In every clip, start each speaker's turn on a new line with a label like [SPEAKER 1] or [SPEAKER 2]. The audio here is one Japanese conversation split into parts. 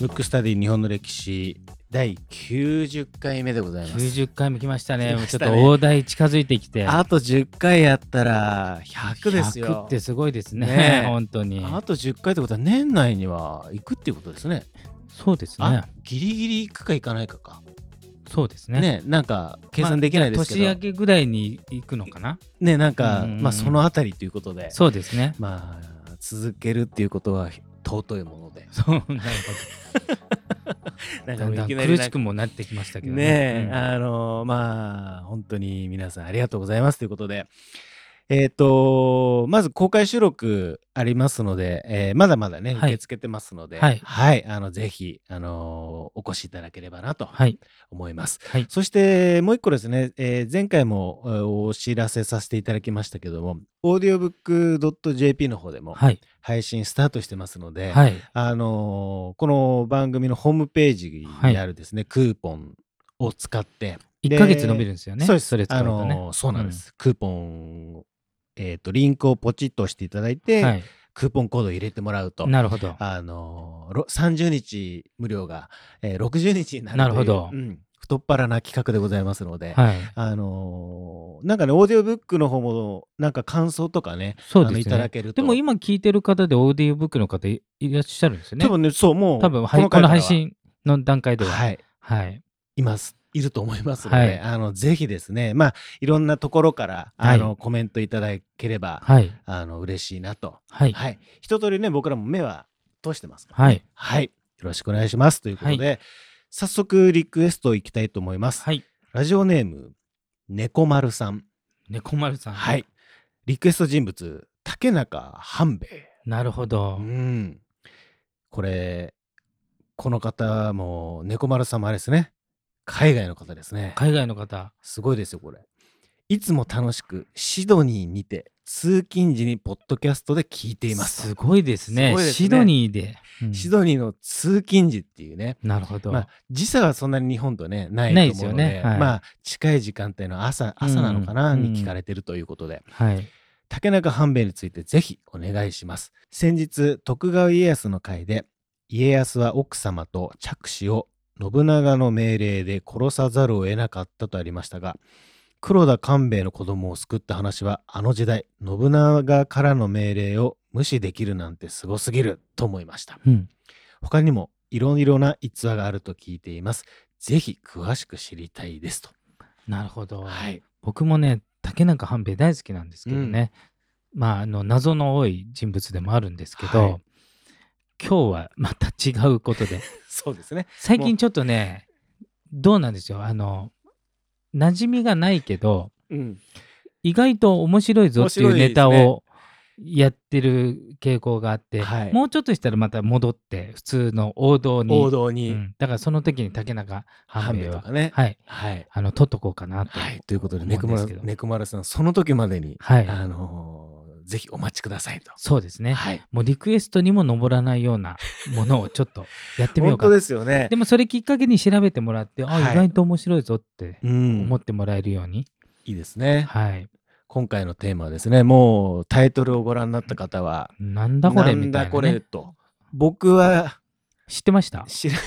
[SPEAKER 1] ムックスタディ日本の歴史第90回目でございます。
[SPEAKER 2] 90回も来ましたね。
[SPEAKER 1] 来ま
[SPEAKER 2] ち
[SPEAKER 1] し
[SPEAKER 2] ょった
[SPEAKER 1] ね
[SPEAKER 2] と大台近づいてきて。
[SPEAKER 1] あと10回やったら100ですよ。
[SPEAKER 2] 100ってすごいですね。
[SPEAKER 1] ねえ
[SPEAKER 2] 本当に。
[SPEAKER 1] あと10回ってことは年内には行くっていうことですね。
[SPEAKER 2] そうですね
[SPEAKER 1] あ。ギリギリ行くか行かないかか。
[SPEAKER 2] そうですね。
[SPEAKER 1] ねなんか計算できないですけど、
[SPEAKER 2] 年明けぐらいに行くのかな
[SPEAKER 1] ねなんか、
[SPEAKER 2] うんうんうん
[SPEAKER 1] まあそのあたりということで、
[SPEAKER 2] そうで すね。
[SPEAKER 1] まあ続けるっていうことは尊いもので、
[SPEAKER 2] そうなるほ
[SPEAKER 1] なん
[SPEAKER 2] ど。
[SPEAKER 1] か
[SPEAKER 2] だん
[SPEAKER 1] もう
[SPEAKER 2] だ
[SPEAKER 1] い
[SPEAKER 2] ん
[SPEAKER 1] きなりな
[SPEAKER 2] 苦
[SPEAKER 1] ん
[SPEAKER 2] し
[SPEAKER 1] か
[SPEAKER 2] くもなってきましたけど
[SPEAKER 1] ねえ、
[SPEAKER 2] ね。うん
[SPEAKER 1] あのまあ本当に皆さんありがとうございますということでえっ、とまず公開収録ありますので、えーまだまだね
[SPEAKER 2] は
[SPEAKER 1] 受
[SPEAKER 2] い
[SPEAKER 1] け付けてますので、
[SPEAKER 2] はい
[SPEAKER 1] あのぜひあのお越しいただければなと
[SPEAKER 2] はい。
[SPEAKER 1] 思います。
[SPEAKER 2] はい。
[SPEAKER 1] そしてもう一個ですね、えー前回もえーお知らせさせていただきましたけども、audiobook.jp の方でも
[SPEAKER 2] はい。
[SPEAKER 1] 配信スタートしてますので、
[SPEAKER 2] はい。
[SPEAKER 1] あのーこの番組のホームページにあるですね、クーポンを使って、
[SPEAKER 2] 1ヶ月伸びるんですよね。
[SPEAKER 1] そうです
[SPEAKER 2] それ使
[SPEAKER 1] あ
[SPEAKER 2] うとね。
[SPEAKER 1] のーそうなんです。クーポンを、えっ、と、リンクをポチッと押していただいて、
[SPEAKER 2] はい。
[SPEAKER 1] クーポンコードを入れてもらうと、
[SPEAKER 2] なるほど。
[SPEAKER 1] あのーろ30日無料が、えー60日になるという
[SPEAKER 2] なるほど
[SPEAKER 1] うん太っ腹な企画でございますので、
[SPEAKER 2] はい。
[SPEAKER 1] あのーなんかね、オーディオブックの方も、なんか感想とかね、
[SPEAKER 2] そう
[SPEAKER 1] あの
[SPEAKER 2] で
[SPEAKER 1] い
[SPEAKER 2] す
[SPEAKER 1] ただ
[SPEAKER 2] ね。
[SPEAKER 1] けると。
[SPEAKER 2] でも今聞いてる方でオーディオブックの方いいらっしゃるんですよね
[SPEAKER 1] 多。分ね、そう、もう、
[SPEAKER 2] 多分、はい、こ
[SPEAKER 1] 回
[SPEAKER 2] の
[SPEAKER 1] から
[SPEAKER 2] 配
[SPEAKER 1] は
[SPEAKER 2] 信の段階では。
[SPEAKER 1] はい、
[SPEAKER 2] はい。
[SPEAKER 1] います。いると思いますので、
[SPEAKER 2] はい
[SPEAKER 1] あのぜひですね、まあ、いろんなところから、あの
[SPEAKER 2] は
[SPEAKER 1] コメントいただければ、
[SPEAKER 2] はい。
[SPEAKER 1] あの嬉しいなと、
[SPEAKER 2] はい。
[SPEAKER 1] はい、一通りね、僕らも目は通してますから、
[SPEAKER 2] はい。
[SPEAKER 1] はい、よろしくお願いしますということで、早速リクエストいきたいと思います。
[SPEAKER 2] はい。
[SPEAKER 1] ラジオネーム、猫丸さん。
[SPEAKER 2] 猫丸さん。
[SPEAKER 1] はい。リクエスト人物、竹中半兵衛。
[SPEAKER 2] なるほど
[SPEAKER 1] う。ん。これ、この方も、猫丸さんもあれですね。海外の方ですね。
[SPEAKER 2] 海外の方。
[SPEAKER 1] すごいですよ、これ。いつも楽しく、シドニーにて、通勤時にポッドキャストで聞いています。
[SPEAKER 2] すごいですね。
[SPEAKER 1] すごいですね
[SPEAKER 2] シドニーで。うん
[SPEAKER 1] シドニーの通勤時っていうね、
[SPEAKER 2] なるほど。
[SPEAKER 1] まあ、時差はそんなに日本とね、ない
[SPEAKER 2] ないで
[SPEAKER 1] と
[SPEAKER 2] す
[SPEAKER 1] 思う
[SPEAKER 2] よ
[SPEAKER 1] の
[SPEAKER 2] ね
[SPEAKER 1] で、
[SPEAKER 2] はい
[SPEAKER 1] まあ、近い時間帯の朝、朝なのかな、
[SPEAKER 2] うん
[SPEAKER 1] に聞かれてるということで、
[SPEAKER 2] はい。
[SPEAKER 1] 竹中半兵衛についてぜひお願いします。先日、徳川家康の会で、家康は奥様と着手を信長の命令で殺さざるを得なかったとありましたが、黒田官兵衛の子供を救った話は、あの時代、信長からの命令を無視できるなんてすごすぎると思いました。
[SPEAKER 2] うん。
[SPEAKER 1] 他にもいろいろな逸話があると聞いています。ぜひ詳しく知りたいですと。
[SPEAKER 2] なるほど。
[SPEAKER 1] い。
[SPEAKER 2] 僕もね、竹中半兵衛大好きなんですけどね。まあ、あの、謎の多い人物でもあるんですけど、
[SPEAKER 1] はい
[SPEAKER 2] 今日はまた違うことで。
[SPEAKER 1] そうですね。
[SPEAKER 2] 最近ちょっとね、どうなんですよ。あの、馴染みがないけど、
[SPEAKER 1] うん。
[SPEAKER 2] 意外と面白いぞっていう
[SPEAKER 1] 面白いですね
[SPEAKER 2] ネタをやってる傾向があって、
[SPEAKER 1] はい
[SPEAKER 2] もうちょっとしたらまた戻って普通の王道に
[SPEAKER 1] 王道
[SPEAKER 2] う
[SPEAKER 1] に
[SPEAKER 2] んだからその時に竹中
[SPEAKER 1] 半
[SPEAKER 2] 半
[SPEAKER 1] 兵
[SPEAKER 2] 兵
[SPEAKER 1] 衛
[SPEAKER 2] 衛
[SPEAKER 1] と
[SPEAKER 2] は、
[SPEAKER 1] かね。
[SPEAKER 2] はい、
[SPEAKER 1] はい。
[SPEAKER 2] あの取っとこうかなと、
[SPEAKER 1] はい、ということで、
[SPEAKER 2] 思
[SPEAKER 1] ね
[SPEAKER 2] う
[SPEAKER 1] く
[SPEAKER 2] んで
[SPEAKER 1] ますら
[SPEAKER 2] けど
[SPEAKER 1] ねくまるさん、その時までに、
[SPEAKER 2] はい
[SPEAKER 1] あのーぜひお待ちくださいと。
[SPEAKER 2] そうですね、
[SPEAKER 1] はい。
[SPEAKER 2] もうリクエストにも上らないようなものをちょっとやってみよう
[SPEAKER 1] 本
[SPEAKER 2] か
[SPEAKER 1] 当ですよね
[SPEAKER 2] で。もそれきっかけに調べてもらって、
[SPEAKER 1] はい
[SPEAKER 2] あ意外と面白いぞって
[SPEAKER 1] うん
[SPEAKER 2] 思、ってもらえるように、
[SPEAKER 1] いいですね。
[SPEAKER 2] はい
[SPEAKER 1] 今回のテーマはですね、もうタイトルをご覧になった方は、
[SPEAKER 2] なんだこれ
[SPEAKER 1] な
[SPEAKER 2] み
[SPEAKER 1] ん
[SPEAKER 2] たいな、
[SPEAKER 1] だ
[SPEAKER 2] ね、
[SPEAKER 1] これと。僕は
[SPEAKER 2] 知ってました
[SPEAKER 1] 知 ら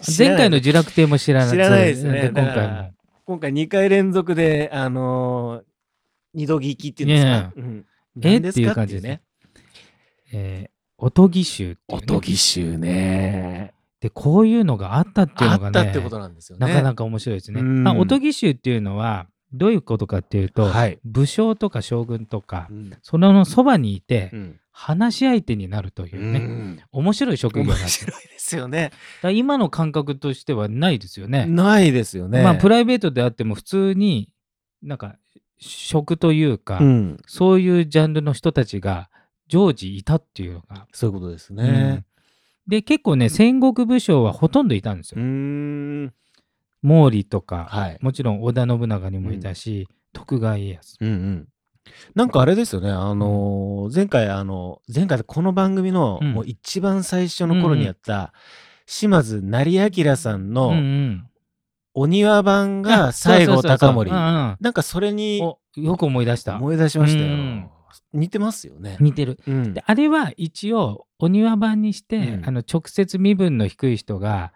[SPEAKER 1] 知ら
[SPEAKER 2] 前
[SPEAKER 1] ない
[SPEAKER 2] 回の呪落亭も知らない
[SPEAKER 1] 知らないですね
[SPEAKER 2] そうで
[SPEAKER 1] だ
[SPEAKER 2] 今
[SPEAKER 1] か
[SPEAKER 2] 回
[SPEAKER 1] ら
[SPEAKER 2] も
[SPEAKER 1] 今回2回連続で、あのー二度聞きっていうんですか
[SPEAKER 2] ね。え
[SPEAKER 1] うん
[SPEAKER 2] え
[SPEAKER 1] 何ですか
[SPEAKER 2] っていう感じです
[SPEAKER 1] ね。
[SPEAKER 2] えーおとぎ集っていう
[SPEAKER 1] お
[SPEAKER 2] ね
[SPEAKER 1] とぎ集ね。
[SPEAKER 2] でこういうのがあったっていう
[SPEAKER 1] あ
[SPEAKER 2] のが
[SPEAKER 1] っ
[SPEAKER 2] ね
[SPEAKER 1] たってことなんですよね。
[SPEAKER 2] なかなか面白いですね。
[SPEAKER 1] うん
[SPEAKER 2] あおとぎ衆っていうのはどういうことかっていうと、
[SPEAKER 1] はい
[SPEAKER 2] 武将とか将軍とか
[SPEAKER 1] う、ん
[SPEAKER 2] そのそばにいて、
[SPEAKER 1] うん
[SPEAKER 2] 話し相手になるといううね、
[SPEAKER 1] ん
[SPEAKER 2] 面白い職業なん
[SPEAKER 1] 面
[SPEAKER 2] ですだか
[SPEAKER 1] 白いですよね。
[SPEAKER 2] ら今の感覚としてはないですよね。
[SPEAKER 1] ないですよね。
[SPEAKER 2] まあプライベートであっても普通になんか職というか、
[SPEAKER 1] うん、
[SPEAKER 2] そういうジャンルの人たちが常時いたっていうのが。
[SPEAKER 1] そういうことです
[SPEAKER 2] うん
[SPEAKER 1] ね。
[SPEAKER 2] で結構ね戦国武将はほとんどいたんです
[SPEAKER 1] う
[SPEAKER 2] よ。
[SPEAKER 1] ん、
[SPEAKER 2] 毛利とか、
[SPEAKER 1] はい。
[SPEAKER 2] もちろん織田信長にもいたし、徳川家康。
[SPEAKER 1] うんうん。なんかあれですよね、あのー前回、あの、前回でこの番組の、
[SPEAKER 2] うん
[SPEAKER 1] もう一番最初の頃にやった、島津成明さん
[SPEAKER 2] うんう
[SPEAKER 1] の
[SPEAKER 2] ん
[SPEAKER 1] お庭版
[SPEAKER 2] あ
[SPEAKER 1] が西
[SPEAKER 2] そ
[SPEAKER 1] 郷
[SPEAKER 2] うそうそうそう
[SPEAKER 1] 隆盛。
[SPEAKER 2] うんうん
[SPEAKER 1] なんかそれに
[SPEAKER 2] およく思い出した。
[SPEAKER 1] 思い出しました
[SPEAKER 2] うん
[SPEAKER 1] よ。似てますよね。
[SPEAKER 2] 似てる。
[SPEAKER 1] うん
[SPEAKER 2] であれは一応お庭版にして、
[SPEAKER 1] うん
[SPEAKER 2] あの直接身分の低い人が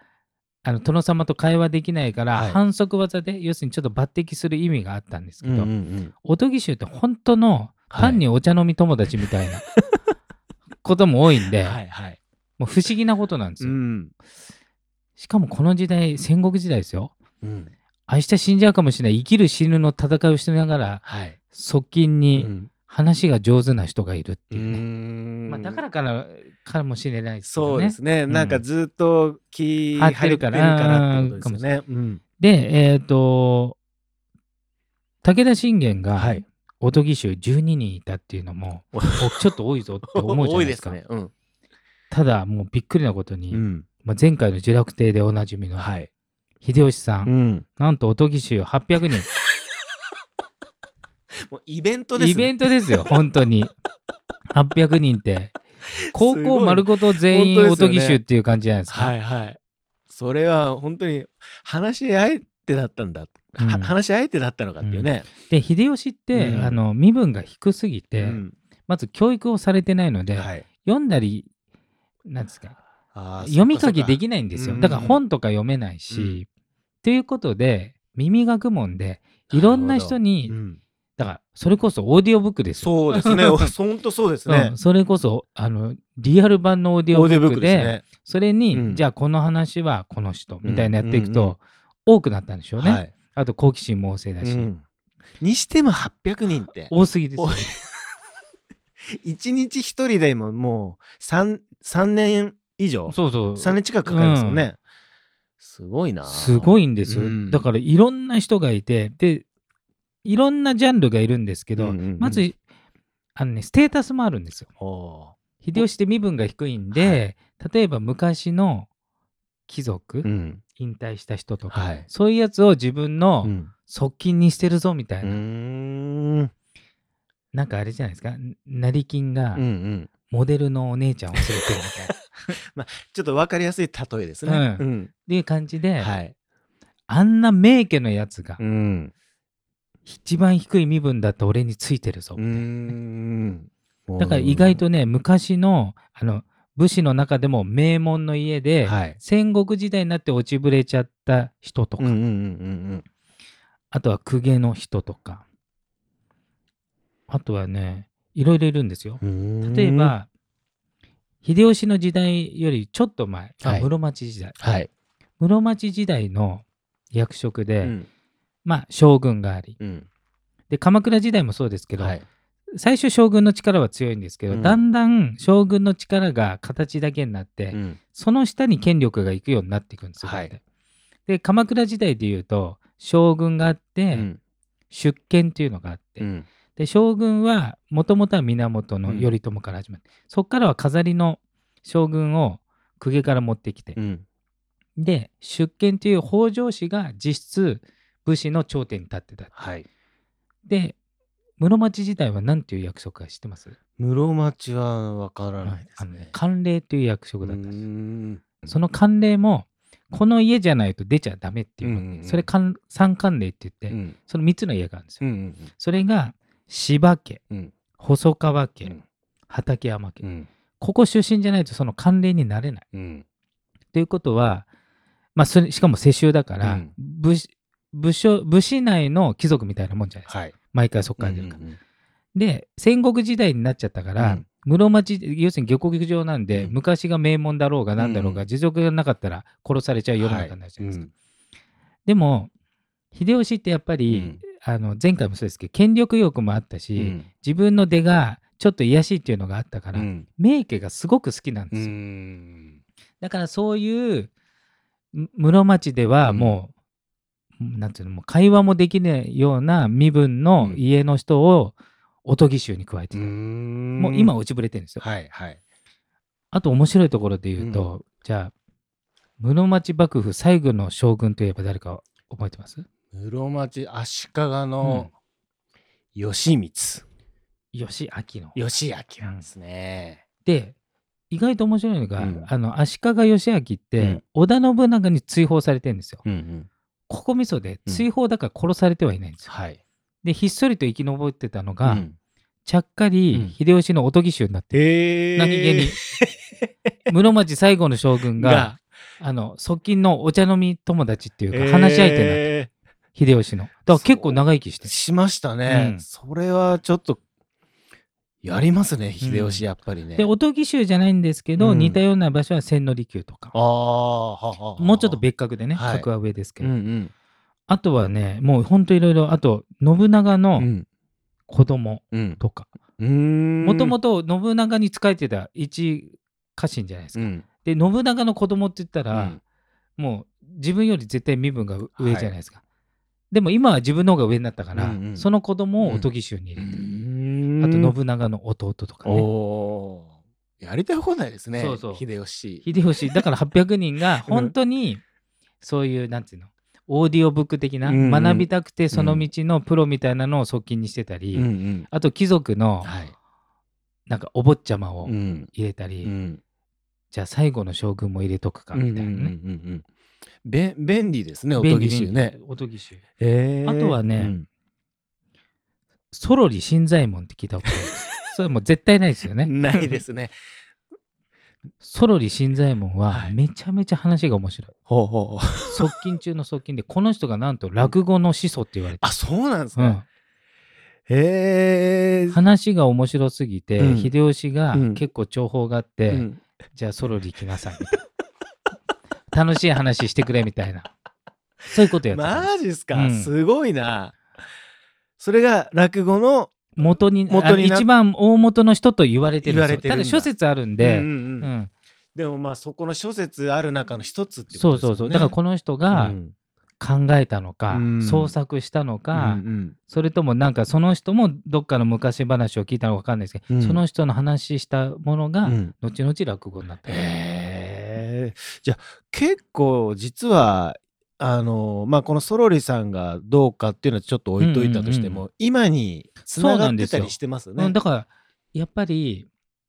[SPEAKER 2] あの殿様と会話できないから、
[SPEAKER 1] はい
[SPEAKER 2] 反則技で要するにちょっと抜擢する意味があったんですけ
[SPEAKER 1] うんう
[SPEAKER 2] ど、
[SPEAKER 1] んうん
[SPEAKER 2] おとぎ衆って本当の
[SPEAKER 1] はい
[SPEAKER 2] 単にお茶飲み友達みたいなことも多いん で、
[SPEAKER 1] はいはい。
[SPEAKER 2] もう不思議なことなんです
[SPEAKER 1] う
[SPEAKER 2] よ。
[SPEAKER 1] ん
[SPEAKER 2] しかもこの時代戦国時代ですよ。
[SPEAKER 1] うん
[SPEAKER 2] 明日死んじゃうかもしれない生きる死ぬの戦いをしながら
[SPEAKER 1] はい。
[SPEAKER 2] 側近
[SPEAKER 1] う
[SPEAKER 2] に
[SPEAKER 1] ん
[SPEAKER 2] 話が上手な人がいるって
[SPEAKER 1] う
[SPEAKER 2] いうね、
[SPEAKER 1] ん
[SPEAKER 2] まあ、だからからかもしれないですけ
[SPEAKER 1] そ
[SPEAKER 2] ど
[SPEAKER 1] う
[SPEAKER 2] ね
[SPEAKER 1] で。すね。
[SPEAKER 2] うん
[SPEAKER 1] なんかずっと気
[SPEAKER 2] 張
[SPEAKER 1] 張
[SPEAKER 2] っ
[SPEAKER 1] ってて
[SPEAKER 2] る
[SPEAKER 1] る
[SPEAKER 2] か
[SPEAKER 1] かららってことですよね。 うん
[SPEAKER 2] で、えっ、と、武田信玄が、
[SPEAKER 1] はい
[SPEAKER 2] おとぎ衆12人いたっていうのも、おちょっと多いぞって思うじゃないですか。
[SPEAKER 1] 多いですね。うん
[SPEAKER 2] ただ、もうびっくりなことに、
[SPEAKER 1] うん。
[SPEAKER 2] まあ、前回の呪楽亭でおなじみの
[SPEAKER 1] はい。
[SPEAKER 2] 秀吉さん、
[SPEAKER 1] うん。
[SPEAKER 2] なんとおとぎ衆800人。
[SPEAKER 1] もうイベントですね。
[SPEAKER 2] イベントですよ、本当に。800人って、
[SPEAKER 1] す
[SPEAKER 2] 高校
[SPEAKER 1] ごい
[SPEAKER 2] 丸ごと全員
[SPEAKER 1] 本当
[SPEAKER 2] お
[SPEAKER 1] ですよ
[SPEAKER 2] と
[SPEAKER 1] ね
[SPEAKER 2] ぎ衆っていう感じじゃないですか。
[SPEAKER 1] はいはい。それは本当に話し合えてだったんだ。
[SPEAKER 2] うん
[SPEAKER 1] は話し合えてだったのかっていうね。
[SPEAKER 2] で、秀吉って、
[SPEAKER 1] うん
[SPEAKER 2] あの身分が低すぎて、
[SPEAKER 1] うん
[SPEAKER 2] まず教育をされてないので、
[SPEAKER 1] はい。
[SPEAKER 2] 読んだり、なんですか、
[SPEAKER 1] あー
[SPEAKER 2] 読み書きで
[SPEAKER 1] そっか
[SPEAKER 2] きないんですよ。
[SPEAKER 1] うん
[SPEAKER 2] だから本とか読めない
[SPEAKER 1] うん
[SPEAKER 2] し。ということで、耳学問で、
[SPEAKER 1] そっか
[SPEAKER 2] いろんな人
[SPEAKER 1] る
[SPEAKER 2] に、
[SPEAKER 1] ほどうん
[SPEAKER 2] だからそれこそオーディオブックですよ。
[SPEAKER 1] そうですね。本当そうですね
[SPEAKER 2] うん。それこそあのリアル版のオーディ
[SPEAKER 1] オ
[SPEAKER 2] オ
[SPEAKER 1] ー
[SPEAKER 2] ブ
[SPEAKER 1] ディブ
[SPEAKER 2] ッ
[SPEAKER 1] ッ
[SPEAKER 2] ク
[SPEAKER 1] ク
[SPEAKER 2] で
[SPEAKER 1] ですね。
[SPEAKER 2] それに、
[SPEAKER 1] うん
[SPEAKER 2] じゃあこの話はこの人みたいなやっていくと、
[SPEAKER 1] うんうんうん
[SPEAKER 2] 多くなったんでしょうね、
[SPEAKER 1] はい
[SPEAKER 2] あと好奇心も旺盛だし、
[SPEAKER 1] うんにしても800人って。
[SPEAKER 2] 多すぎですよ、
[SPEAKER 1] お一日一人でももう 3, 三年以上
[SPEAKER 2] そうそう
[SPEAKER 1] 3年近くかかりますよね、すごいな
[SPEAKER 2] すご
[SPEAKER 1] い
[SPEAKER 2] いんですよ、
[SPEAKER 1] うん
[SPEAKER 2] だからいろんな人がいてでいろんなジャンルがいるんですけど、
[SPEAKER 1] うんうんうん
[SPEAKER 2] まずあの、ね、ステータスもあるんですよ
[SPEAKER 1] お
[SPEAKER 2] 秀吉って身分が低いんで、例えば昔の貴族、
[SPEAKER 1] ーうん
[SPEAKER 2] 引退した人とか、
[SPEAKER 1] はい
[SPEAKER 2] そういうやつを自分
[SPEAKER 1] う
[SPEAKER 2] の
[SPEAKER 1] ん
[SPEAKER 2] 側近にしてるぞみたいな、
[SPEAKER 1] うん
[SPEAKER 2] なんかあれじゃないですかん成金が
[SPEAKER 1] うんうん
[SPEAKER 2] モデルのお姉ちゃんを連れてるみた いなっ
[SPEAKER 1] ちょっと分かりやすい例えですね、
[SPEAKER 2] うん
[SPEAKER 1] ん
[SPEAKER 2] ていう感じで、
[SPEAKER 1] はい、
[SPEAKER 2] あんな名家のやつが
[SPEAKER 1] うん
[SPEAKER 2] 一番低い身分だった俺についてるぞ、
[SPEAKER 1] うん
[SPEAKER 2] だから意外とね昔のあの武士の中でも名門の家で、
[SPEAKER 1] はい
[SPEAKER 2] 戦国時代になって落ちぶれちゃった人とか、
[SPEAKER 1] うんうんうん
[SPEAKER 2] あとは公家の人とかあとはねいろいろいるんですよ。
[SPEAKER 1] うんうん
[SPEAKER 2] 例えば、秀吉の時代よりちょっと前、あ
[SPEAKER 1] はい
[SPEAKER 2] 室町時代、
[SPEAKER 1] はい、
[SPEAKER 2] 室町時代の役職
[SPEAKER 1] う
[SPEAKER 2] で、
[SPEAKER 1] ん
[SPEAKER 2] まあ将軍があり
[SPEAKER 1] うん
[SPEAKER 2] で鎌倉時代もそうですけど、
[SPEAKER 1] はい
[SPEAKER 2] 最初将軍の力は強いんですけど、
[SPEAKER 1] うん
[SPEAKER 2] だんだん将軍の力が形だけになって、
[SPEAKER 1] うん
[SPEAKER 2] その下に権力がいくようになっていくんですよ。
[SPEAKER 1] はい
[SPEAKER 2] 大体で鎌倉時代でいうと将軍があって、
[SPEAKER 1] うん
[SPEAKER 2] 出権っていうのがあって、
[SPEAKER 1] うん
[SPEAKER 2] で将軍はもともとは源の頼朝から始まって、そこからは飾りの将軍を公家から持ってきて、
[SPEAKER 1] うん
[SPEAKER 2] で出権という北条氏が実質武士の頂点に立ってた
[SPEAKER 1] はい
[SPEAKER 2] で室町時代は何ていう役職か知ってます
[SPEAKER 1] 室町は分からないで
[SPEAKER 2] あ
[SPEAKER 1] す
[SPEAKER 2] の
[SPEAKER 1] ね
[SPEAKER 2] 官令という役職だったんですよ
[SPEAKER 1] ん
[SPEAKER 2] その官令もこの家じゃないと出ちゃダメっていうので、
[SPEAKER 1] うんうんうん
[SPEAKER 2] それ官三官令って言って、
[SPEAKER 1] ん
[SPEAKER 2] その3つの家があるんですよ、
[SPEAKER 1] うん
[SPEAKER 2] それが柴家
[SPEAKER 1] うん
[SPEAKER 2] 細川家、
[SPEAKER 1] うん
[SPEAKER 2] 畠山家、
[SPEAKER 1] うん
[SPEAKER 2] ここ出身じゃないとその関連になれない。
[SPEAKER 1] うん
[SPEAKER 2] ということは、まあ、それしかも世襲だから、
[SPEAKER 1] うん
[SPEAKER 2] 武士武将武士内の貴族みたいなもんじゃないですか。
[SPEAKER 1] はい
[SPEAKER 2] 毎回そこから出るから。で、戦国時代になっちゃったから、
[SPEAKER 1] うん
[SPEAKER 2] 室町、要するに漁港場なんで、
[SPEAKER 1] うん
[SPEAKER 2] 昔が名門だろうが何だろう
[SPEAKER 1] うんう
[SPEAKER 2] が、持続がなかったら殺されちゃう世の中になるじゃないですか。でも、秀吉ってやっぱり、あの前回もそうですけど、権力欲もあったし、自分の出がちょっと癒やしいっていうのがあったから、名家がすごく好きなんですよ。だからそういうん室町では
[SPEAKER 1] うん
[SPEAKER 2] もう、なんていうのもう会話もできないような身分の家の人をおとぎ衆に加えてた、も
[SPEAKER 1] も
[SPEAKER 2] う今落ちぶれてるんですよ、
[SPEAKER 1] はいはい
[SPEAKER 2] あと面白いところで言うと、じゃあ室町幕府最後の将軍といえば誰か覚えてます
[SPEAKER 1] 室町足利の義満
[SPEAKER 2] 義明の。
[SPEAKER 1] 義明ですね
[SPEAKER 2] で意外と面白いのが、
[SPEAKER 1] うん
[SPEAKER 2] あの足利義明って、
[SPEAKER 1] うん
[SPEAKER 2] 織田信長に追放されてるんですよ。
[SPEAKER 1] うんうん
[SPEAKER 2] ここみそで
[SPEAKER 1] うん
[SPEAKER 2] 追放だから殺されてはいないんですよ。
[SPEAKER 1] はい
[SPEAKER 2] でひっそりと生き残ってたのが、
[SPEAKER 1] うん
[SPEAKER 2] ちゃっか
[SPEAKER 1] うん
[SPEAKER 2] り秀吉のおとぎ衆になって、
[SPEAKER 1] へえ。
[SPEAKER 2] 何気 に室町最後の将軍
[SPEAKER 1] が
[SPEAKER 2] があの側近のお茶飲み友達っていうか話し相手になって
[SPEAKER 1] え
[SPEAKER 2] 秀吉のだから結構長生きし
[SPEAKER 1] ー
[SPEAKER 2] て
[SPEAKER 1] しましたね、
[SPEAKER 2] うん
[SPEAKER 1] それはちょっと、やりますね、秀
[SPEAKER 2] う
[SPEAKER 1] 吉、
[SPEAKER 2] ん
[SPEAKER 1] やっぱりね。
[SPEAKER 2] でおとぎ衆じゃないんですけど、
[SPEAKER 1] うん
[SPEAKER 2] 似たような場所は千利休とか
[SPEAKER 1] ああ、はははは
[SPEAKER 2] もうちょっと別格でね、
[SPEAKER 1] はい
[SPEAKER 2] 格は上ですけ
[SPEAKER 1] うん
[SPEAKER 2] ど、
[SPEAKER 1] うん。
[SPEAKER 2] あとはねもうほんといろいろあと信長
[SPEAKER 1] う
[SPEAKER 2] の
[SPEAKER 1] ん
[SPEAKER 2] 子供
[SPEAKER 1] うん。
[SPEAKER 2] とか
[SPEAKER 1] も
[SPEAKER 2] もとも
[SPEAKER 1] と
[SPEAKER 2] と信長に仕えてた一家臣じゃないですか、
[SPEAKER 1] ん、
[SPEAKER 2] で信長の子供って言った
[SPEAKER 1] う
[SPEAKER 2] ら、
[SPEAKER 1] ん
[SPEAKER 2] もう自分より絶対身分が上じゃないですか、でも今は自分の方が上になったから、
[SPEAKER 1] うんうん
[SPEAKER 2] その子供をおとぎ衆に入れてる、あと信長の弟とかね
[SPEAKER 1] おーやりたい放題ですね。
[SPEAKER 2] そうそう
[SPEAKER 1] 秀吉。
[SPEAKER 2] 秀吉だから800人が
[SPEAKER 1] うん
[SPEAKER 2] 本当にそういうなんていうのオーディオブック的な、
[SPEAKER 1] うんうん
[SPEAKER 2] 学びたくてその道のプロみたいなのを側近にしてたり、
[SPEAKER 1] ん
[SPEAKER 2] あと貴族の
[SPEAKER 1] はい。
[SPEAKER 2] なんかお坊ちゃまを
[SPEAKER 1] ん。
[SPEAKER 2] 入れたり、
[SPEAKER 1] うん。
[SPEAKER 2] じゃあ最後の将軍も入れとくかみたいなね、
[SPEAKER 1] うんうんうんうんべ便利ですね、お
[SPEAKER 2] 便
[SPEAKER 1] と
[SPEAKER 2] 利
[SPEAKER 1] ぎ衆ね。
[SPEAKER 2] おとぎ衆
[SPEAKER 1] え
[SPEAKER 2] あとはねソロリ新左衛門って聞いたこと あるんですそれもう絶対ないですよね
[SPEAKER 1] ないです ね。
[SPEAKER 2] ソロリ新左衛門
[SPEAKER 1] は
[SPEAKER 2] はいめちゃめちゃ話が面白い、
[SPEAKER 1] ほうほうほう。
[SPEAKER 2] 側近中の側近でこの人がなんと落語の始祖って言われて
[SPEAKER 1] あ、そうなんです
[SPEAKER 2] る、うん
[SPEAKER 1] か。へえ。
[SPEAKER 2] 話が面白すぎて、
[SPEAKER 1] うん
[SPEAKER 2] 秀吉が
[SPEAKER 1] うん
[SPEAKER 2] 結構重宝があって、
[SPEAKER 1] うん
[SPEAKER 2] じゃあソロリ来なさいみたいな楽しい話してくれみたいなそういうことやってたんです
[SPEAKER 1] マジっす
[SPEAKER 2] う
[SPEAKER 1] か。
[SPEAKER 2] ん
[SPEAKER 1] すごいな。それが落語の
[SPEAKER 2] 元に
[SPEAKER 1] 元
[SPEAKER 2] あの
[SPEAKER 1] にな
[SPEAKER 2] 一番大元の人と言われてるん
[SPEAKER 1] 言
[SPEAKER 2] です
[SPEAKER 1] わ
[SPEAKER 2] よ
[SPEAKER 1] れてる
[SPEAKER 2] た
[SPEAKER 1] んだ
[SPEAKER 2] だ諸説あるん
[SPEAKER 1] うん
[SPEAKER 2] で、
[SPEAKER 1] うん
[SPEAKER 2] う
[SPEAKER 1] うん
[SPEAKER 2] ん
[SPEAKER 1] でもまあそこの諸説ある中の一つってこ
[SPEAKER 2] そ
[SPEAKER 1] と
[SPEAKER 2] う
[SPEAKER 1] ですよ
[SPEAKER 2] そ
[SPEAKER 1] ね。
[SPEAKER 2] うそうだからこの人が
[SPEAKER 1] うん
[SPEAKER 2] 考えたのか、
[SPEAKER 1] うん
[SPEAKER 2] 創作したの
[SPEAKER 1] う
[SPEAKER 2] か、
[SPEAKER 1] んうん
[SPEAKER 2] それともなんかその人もどっかの昔話を聞いたのか分かんないですけど、
[SPEAKER 1] うん
[SPEAKER 2] その人の話したものが
[SPEAKER 1] うん
[SPEAKER 2] 後々落語になった
[SPEAKER 1] へ
[SPEAKER 2] り、
[SPEAKER 1] えじゃあ結構実はあのまあこのソロリさんがどうかっていうのはちょっと置いといたとしても、
[SPEAKER 2] うん
[SPEAKER 1] 今につながってたりしてますよね。
[SPEAKER 2] うんだからやっぱり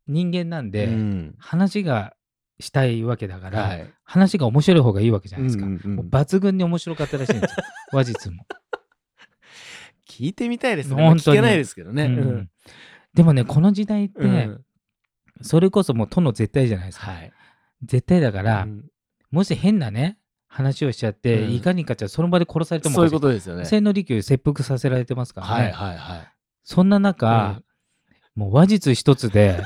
[SPEAKER 2] 人間なんで、
[SPEAKER 1] うん
[SPEAKER 2] 話がしたいわけだから、
[SPEAKER 1] はい
[SPEAKER 2] 話が面白い方がいいわけじゃないですか、
[SPEAKER 1] うんうんうん
[SPEAKER 2] もう抜群に面白かったらしいん ですよ話術も、
[SPEAKER 1] 聞いてみたいですね。
[SPEAKER 2] 本
[SPEAKER 1] 聞
[SPEAKER 2] 当に
[SPEAKER 1] けないですけどね。
[SPEAKER 2] うん
[SPEAKER 1] うん
[SPEAKER 2] でもねこの時代って、
[SPEAKER 1] うん
[SPEAKER 2] それこそもう都の絶対じゃないですか、
[SPEAKER 1] はい。
[SPEAKER 2] 絶対だから、
[SPEAKER 1] うん
[SPEAKER 2] もし変なね話をしちゃって、
[SPEAKER 1] うん
[SPEAKER 2] いかにかちゃその場で殺されても
[SPEAKER 1] そういうこととですよね。
[SPEAKER 2] 千利休切腹させられてますからね、
[SPEAKER 1] はいはいはい。
[SPEAKER 2] そんな中、もう話術一 つで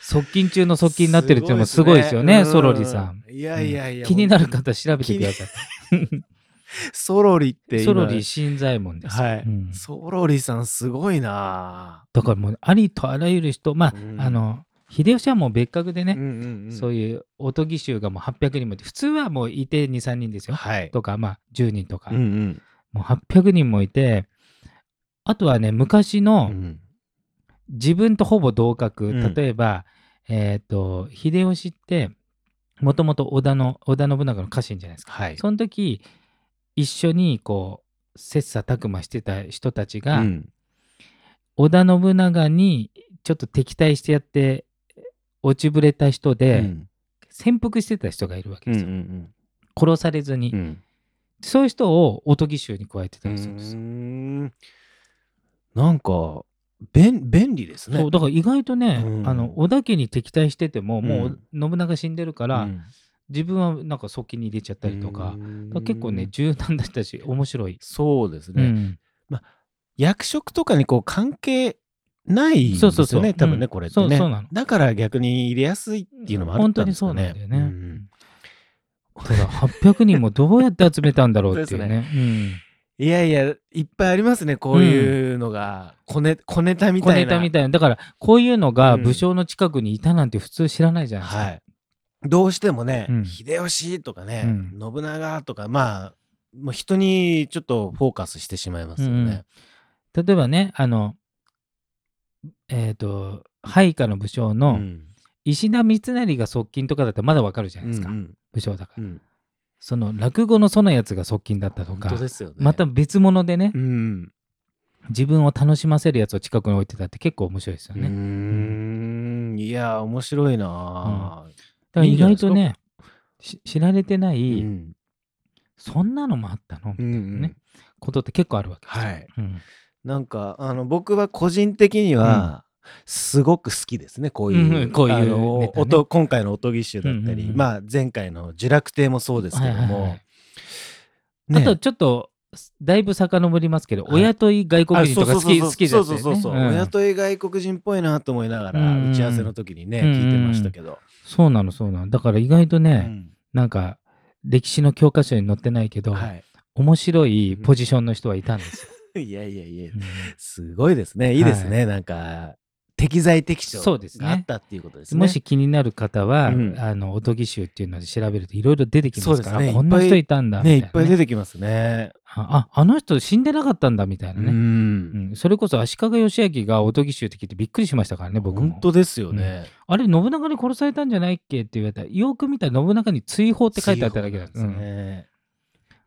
[SPEAKER 2] 側近中の側近になってるっていうのもすごいですよね
[SPEAKER 1] うん
[SPEAKER 2] ソロリさん。
[SPEAKER 1] いやいやいや、
[SPEAKER 2] 気になる方調べてくださ
[SPEAKER 1] ソロリって
[SPEAKER 2] い。
[SPEAKER 1] 今
[SPEAKER 2] ソロリ新左衛門です、
[SPEAKER 1] はい
[SPEAKER 2] うん
[SPEAKER 1] ソロリさんすごいな
[SPEAKER 2] だからもうありとあらゆる人まあ、
[SPEAKER 1] うん
[SPEAKER 2] あの秀吉はもう別格で
[SPEAKER 1] ぁ
[SPEAKER 2] ね、
[SPEAKER 1] んうん
[SPEAKER 2] そう
[SPEAKER 1] い
[SPEAKER 2] いうおとぎ衆がもう800人もいて普通はもういて23人ですよ、
[SPEAKER 1] はい。
[SPEAKER 2] とかまあ10人とか、
[SPEAKER 1] ん
[SPEAKER 2] もう800人もいてあとはね昔
[SPEAKER 1] う
[SPEAKER 2] の
[SPEAKER 1] ん。
[SPEAKER 2] 自分とほぼ同格、
[SPEAKER 1] うん
[SPEAKER 2] 例えば、えー、と秀吉ってもともと織田の織田信長の家臣じゃないですか、
[SPEAKER 1] はい。
[SPEAKER 2] その時一緒にこう切磋琢磨してた人たちが、
[SPEAKER 1] うん
[SPEAKER 2] 織田信長にちょっと敵対してやって落ちぶれた人
[SPEAKER 1] うん
[SPEAKER 2] で、潜伏してた人がいるわけ
[SPEAKER 1] うん
[SPEAKER 2] で
[SPEAKER 1] う
[SPEAKER 2] すよ、
[SPEAKER 1] ん
[SPEAKER 2] 殺されずに、
[SPEAKER 1] うん
[SPEAKER 2] そういう人をおとぎ衆に加えて
[SPEAKER 1] う
[SPEAKER 2] たりするんですよ、
[SPEAKER 1] ん。なんか、便便利ですね。
[SPEAKER 2] そうだから意外とね、
[SPEAKER 1] うん
[SPEAKER 2] あの織田家に敵対しててももう
[SPEAKER 1] う
[SPEAKER 2] 信長死んでるから、
[SPEAKER 1] うん
[SPEAKER 2] 自分はなんか側近に入れちゃったりとか,、
[SPEAKER 1] うん
[SPEAKER 2] 結構ね柔軟だったし面白い、
[SPEAKER 1] そうです
[SPEAKER 2] う
[SPEAKER 1] ね。
[SPEAKER 2] ん、
[SPEAKER 1] 役職とかにこう関係ないです
[SPEAKER 2] そう
[SPEAKER 1] よ
[SPEAKER 2] そうそう
[SPEAKER 1] ね、多分
[SPEAKER 2] う
[SPEAKER 1] ね、
[SPEAKER 2] ん
[SPEAKER 1] これって
[SPEAKER 2] そう
[SPEAKER 1] ね
[SPEAKER 2] そうなの。
[SPEAKER 1] だから逆に入れやすいっていうのもあるんですかね。
[SPEAKER 2] 本当にそうなんだよね
[SPEAKER 1] ん
[SPEAKER 2] ただ800人もどうやって集めたんだろうっていう
[SPEAKER 1] そう
[SPEAKER 2] ねうん
[SPEAKER 1] いやいや、いっぱいありますね、こういうのが。小ね小ネタみ
[SPEAKER 2] 小
[SPEAKER 1] たい
[SPEAKER 2] ネ
[SPEAKER 1] な。
[SPEAKER 2] タみたいなだからこういうのが
[SPEAKER 1] うん
[SPEAKER 2] 武将の近くにいたなんて普通知らないじゃないですか、
[SPEAKER 1] はい。どうしてもね、
[SPEAKER 2] うん
[SPEAKER 1] 秀吉とかね、
[SPEAKER 2] うん
[SPEAKER 1] 信長とか、まあ、もう人にちょっとフォーカスしてしまいますよね。
[SPEAKER 2] 例えばねあのえっ、と配下の武将
[SPEAKER 1] う
[SPEAKER 2] の
[SPEAKER 1] ん
[SPEAKER 2] 石田三成が側近とかだったらまだわかるじゃないですか、
[SPEAKER 1] うん
[SPEAKER 2] 武将だから、
[SPEAKER 1] うんうん
[SPEAKER 2] その落語のそのやつが側近だったと
[SPEAKER 1] 本
[SPEAKER 2] か、
[SPEAKER 1] 当ですよね。
[SPEAKER 2] また、別物でね、
[SPEAKER 1] うん。
[SPEAKER 2] 自分を楽しませるやつを近くに置いてたって結構面白いですよ
[SPEAKER 1] う
[SPEAKER 2] ね、だ
[SPEAKER 1] ーん。いや、面白いなぁ、
[SPEAKER 2] から
[SPEAKER 1] いいん
[SPEAKER 2] 意
[SPEAKER 1] じゃない
[SPEAKER 2] 外
[SPEAKER 1] ですか
[SPEAKER 2] とねし知られてな
[SPEAKER 1] う
[SPEAKER 2] い、
[SPEAKER 1] ん
[SPEAKER 2] そんなのもあったのみたいなね、
[SPEAKER 1] うんうん
[SPEAKER 2] ことって結構あるわけですよ
[SPEAKER 1] はい。
[SPEAKER 2] うん
[SPEAKER 1] なんかあの僕は個人的にはすごく好きですね、こういう、
[SPEAKER 2] うんこういう
[SPEAKER 1] あの
[SPEAKER 2] ネタね
[SPEAKER 1] 音今回の音義手だったり、
[SPEAKER 2] うんうんうん
[SPEAKER 1] まあ前回の「呪楽亭」もそうですけども、
[SPEAKER 2] はいはいはい
[SPEAKER 1] ね
[SPEAKER 2] あとちょっとだいぶ遡りますけど、
[SPEAKER 1] はい
[SPEAKER 2] 親とい外国人とか
[SPEAKER 1] あ
[SPEAKER 2] 好
[SPEAKER 1] そうそう
[SPEAKER 2] き
[SPEAKER 1] そう
[SPEAKER 2] 好きだ
[SPEAKER 1] そ
[SPEAKER 2] っ
[SPEAKER 1] う
[SPEAKER 2] た
[SPEAKER 1] そ
[SPEAKER 2] よ
[SPEAKER 1] う
[SPEAKER 2] ね
[SPEAKER 1] そうそう、
[SPEAKER 2] うん
[SPEAKER 1] 親とい外国人っぽいなと思いなが
[SPEAKER 2] うんうん
[SPEAKER 1] ら打ち合わせの時にね、
[SPEAKER 2] うんうん
[SPEAKER 1] 聞いてましたけど、
[SPEAKER 2] そうなのそうなのだから意外と
[SPEAKER 1] う
[SPEAKER 2] ね、
[SPEAKER 1] ん
[SPEAKER 2] なんか歴史の教科書に載ってないけど、
[SPEAKER 1] は
[SPEAKER 2] 面白いポジションの人はいたんですよ、
[SPEAKER 1] い、いやいやいや
[SPEAKER 2] うん
[SPEAKER 1] すごいですねいいですね、なんか適材適所
[SPEAKER 2] そうですね
[SPEAKER 1] があったっていうことですね
[SPEAKER 2] もし気になる方は、
[SPEAKER 1] うん
[SPEAKER 2] あのおとぎ集っていうので調べるといろいろ出てきま
[SPEAKER 1] そ
[SPEAKER 2] す
[SPEAKER 1] うで
[SPEAKER 2] か
[SPEAKER 1] す
[SPEAKER 2] ら、
[SPEAKER 1] ね
[SPEAKER 2] こんな人いたんだみた
[SPEAKER 1] ね
[SPEAKER 2] い
[SPEAKER 1] い
[SPEAKER 2] な、
[SPEAKER 1] っぱい出てきますね
[SPEAKER 2] あああの人死んでなかったんだみたいな
[SPEAKER 1] うん、
[SPEAKER 2] ね、うんそれこそ足利義明がおとぎ衆って聞いてびっくりしましたからね僕
[SPEAKER 1] 本
[SPEAKER 2] も
[SPEAKER 1] 当ですよね、
[SPEAKER 2] あれ信長に殺されたんじゃないっけって言われたらよく見たら信長に追放って書いてあっただけなんです
[SPEAKER 1] そう
[SPEAKER 2] ね、
[SPEAKER 1] なんですね。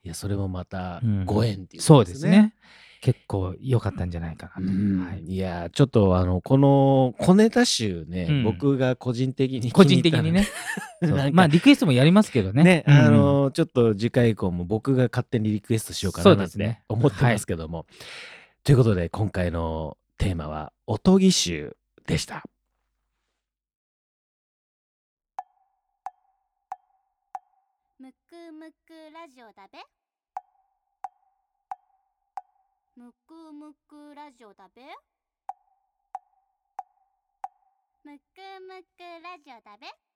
[SPEAKER 1] いや、それもまた
[SPEAKER 2] うん
[SPEAKER 1] ご縁っていう
[SPEAKER 2] そ
[SPEAKER 1] こ
[SPEAKER 2] う
[SPEAKER 1] と
[SPEAKER 2] です。ね結構良かったんじゃないか
[SPEAKER 1] う
[SPEAKER 2] なと、
[SPEAKER 1] ん
[SPEAKER 2] はい、
[SPEAKER 1] いやちょっとあのこの小ネタ集ね、
[SPEAKER 2] うん
[SPEAKER 1] 僕が個人的に
[SPEAKER 2] 個人的にね
[SPEAKER 1] 気に入ったの
[SPEAKER 2] そ
[SPEAKER 1] な
[SPEAKER 2] うん
[SPEAKER 1] か
[SPEAKER 2] まあリクエストもやりますけどね
[SPEAKER 1] ね
[SPEAKER 2] うん
[SPEAKER 1] あのちょっと次回以降も僕が勝手にリクエストしようか
[SPEAKER 2] そ
[SPEAKER 1] な
[SPEAKER 2] う
[SPEAKER 1] なん
[SPEAKER 2] です
[SPEAKER 1] て
[SPEAKER 2] ね
[SPEAKER 1] 思ってますけども、ということで今回のテーマは「おとぎ集」でした。
[SPEAKER 3] むくむくラジオだべむくむくラジオだべむくむくラジオだべ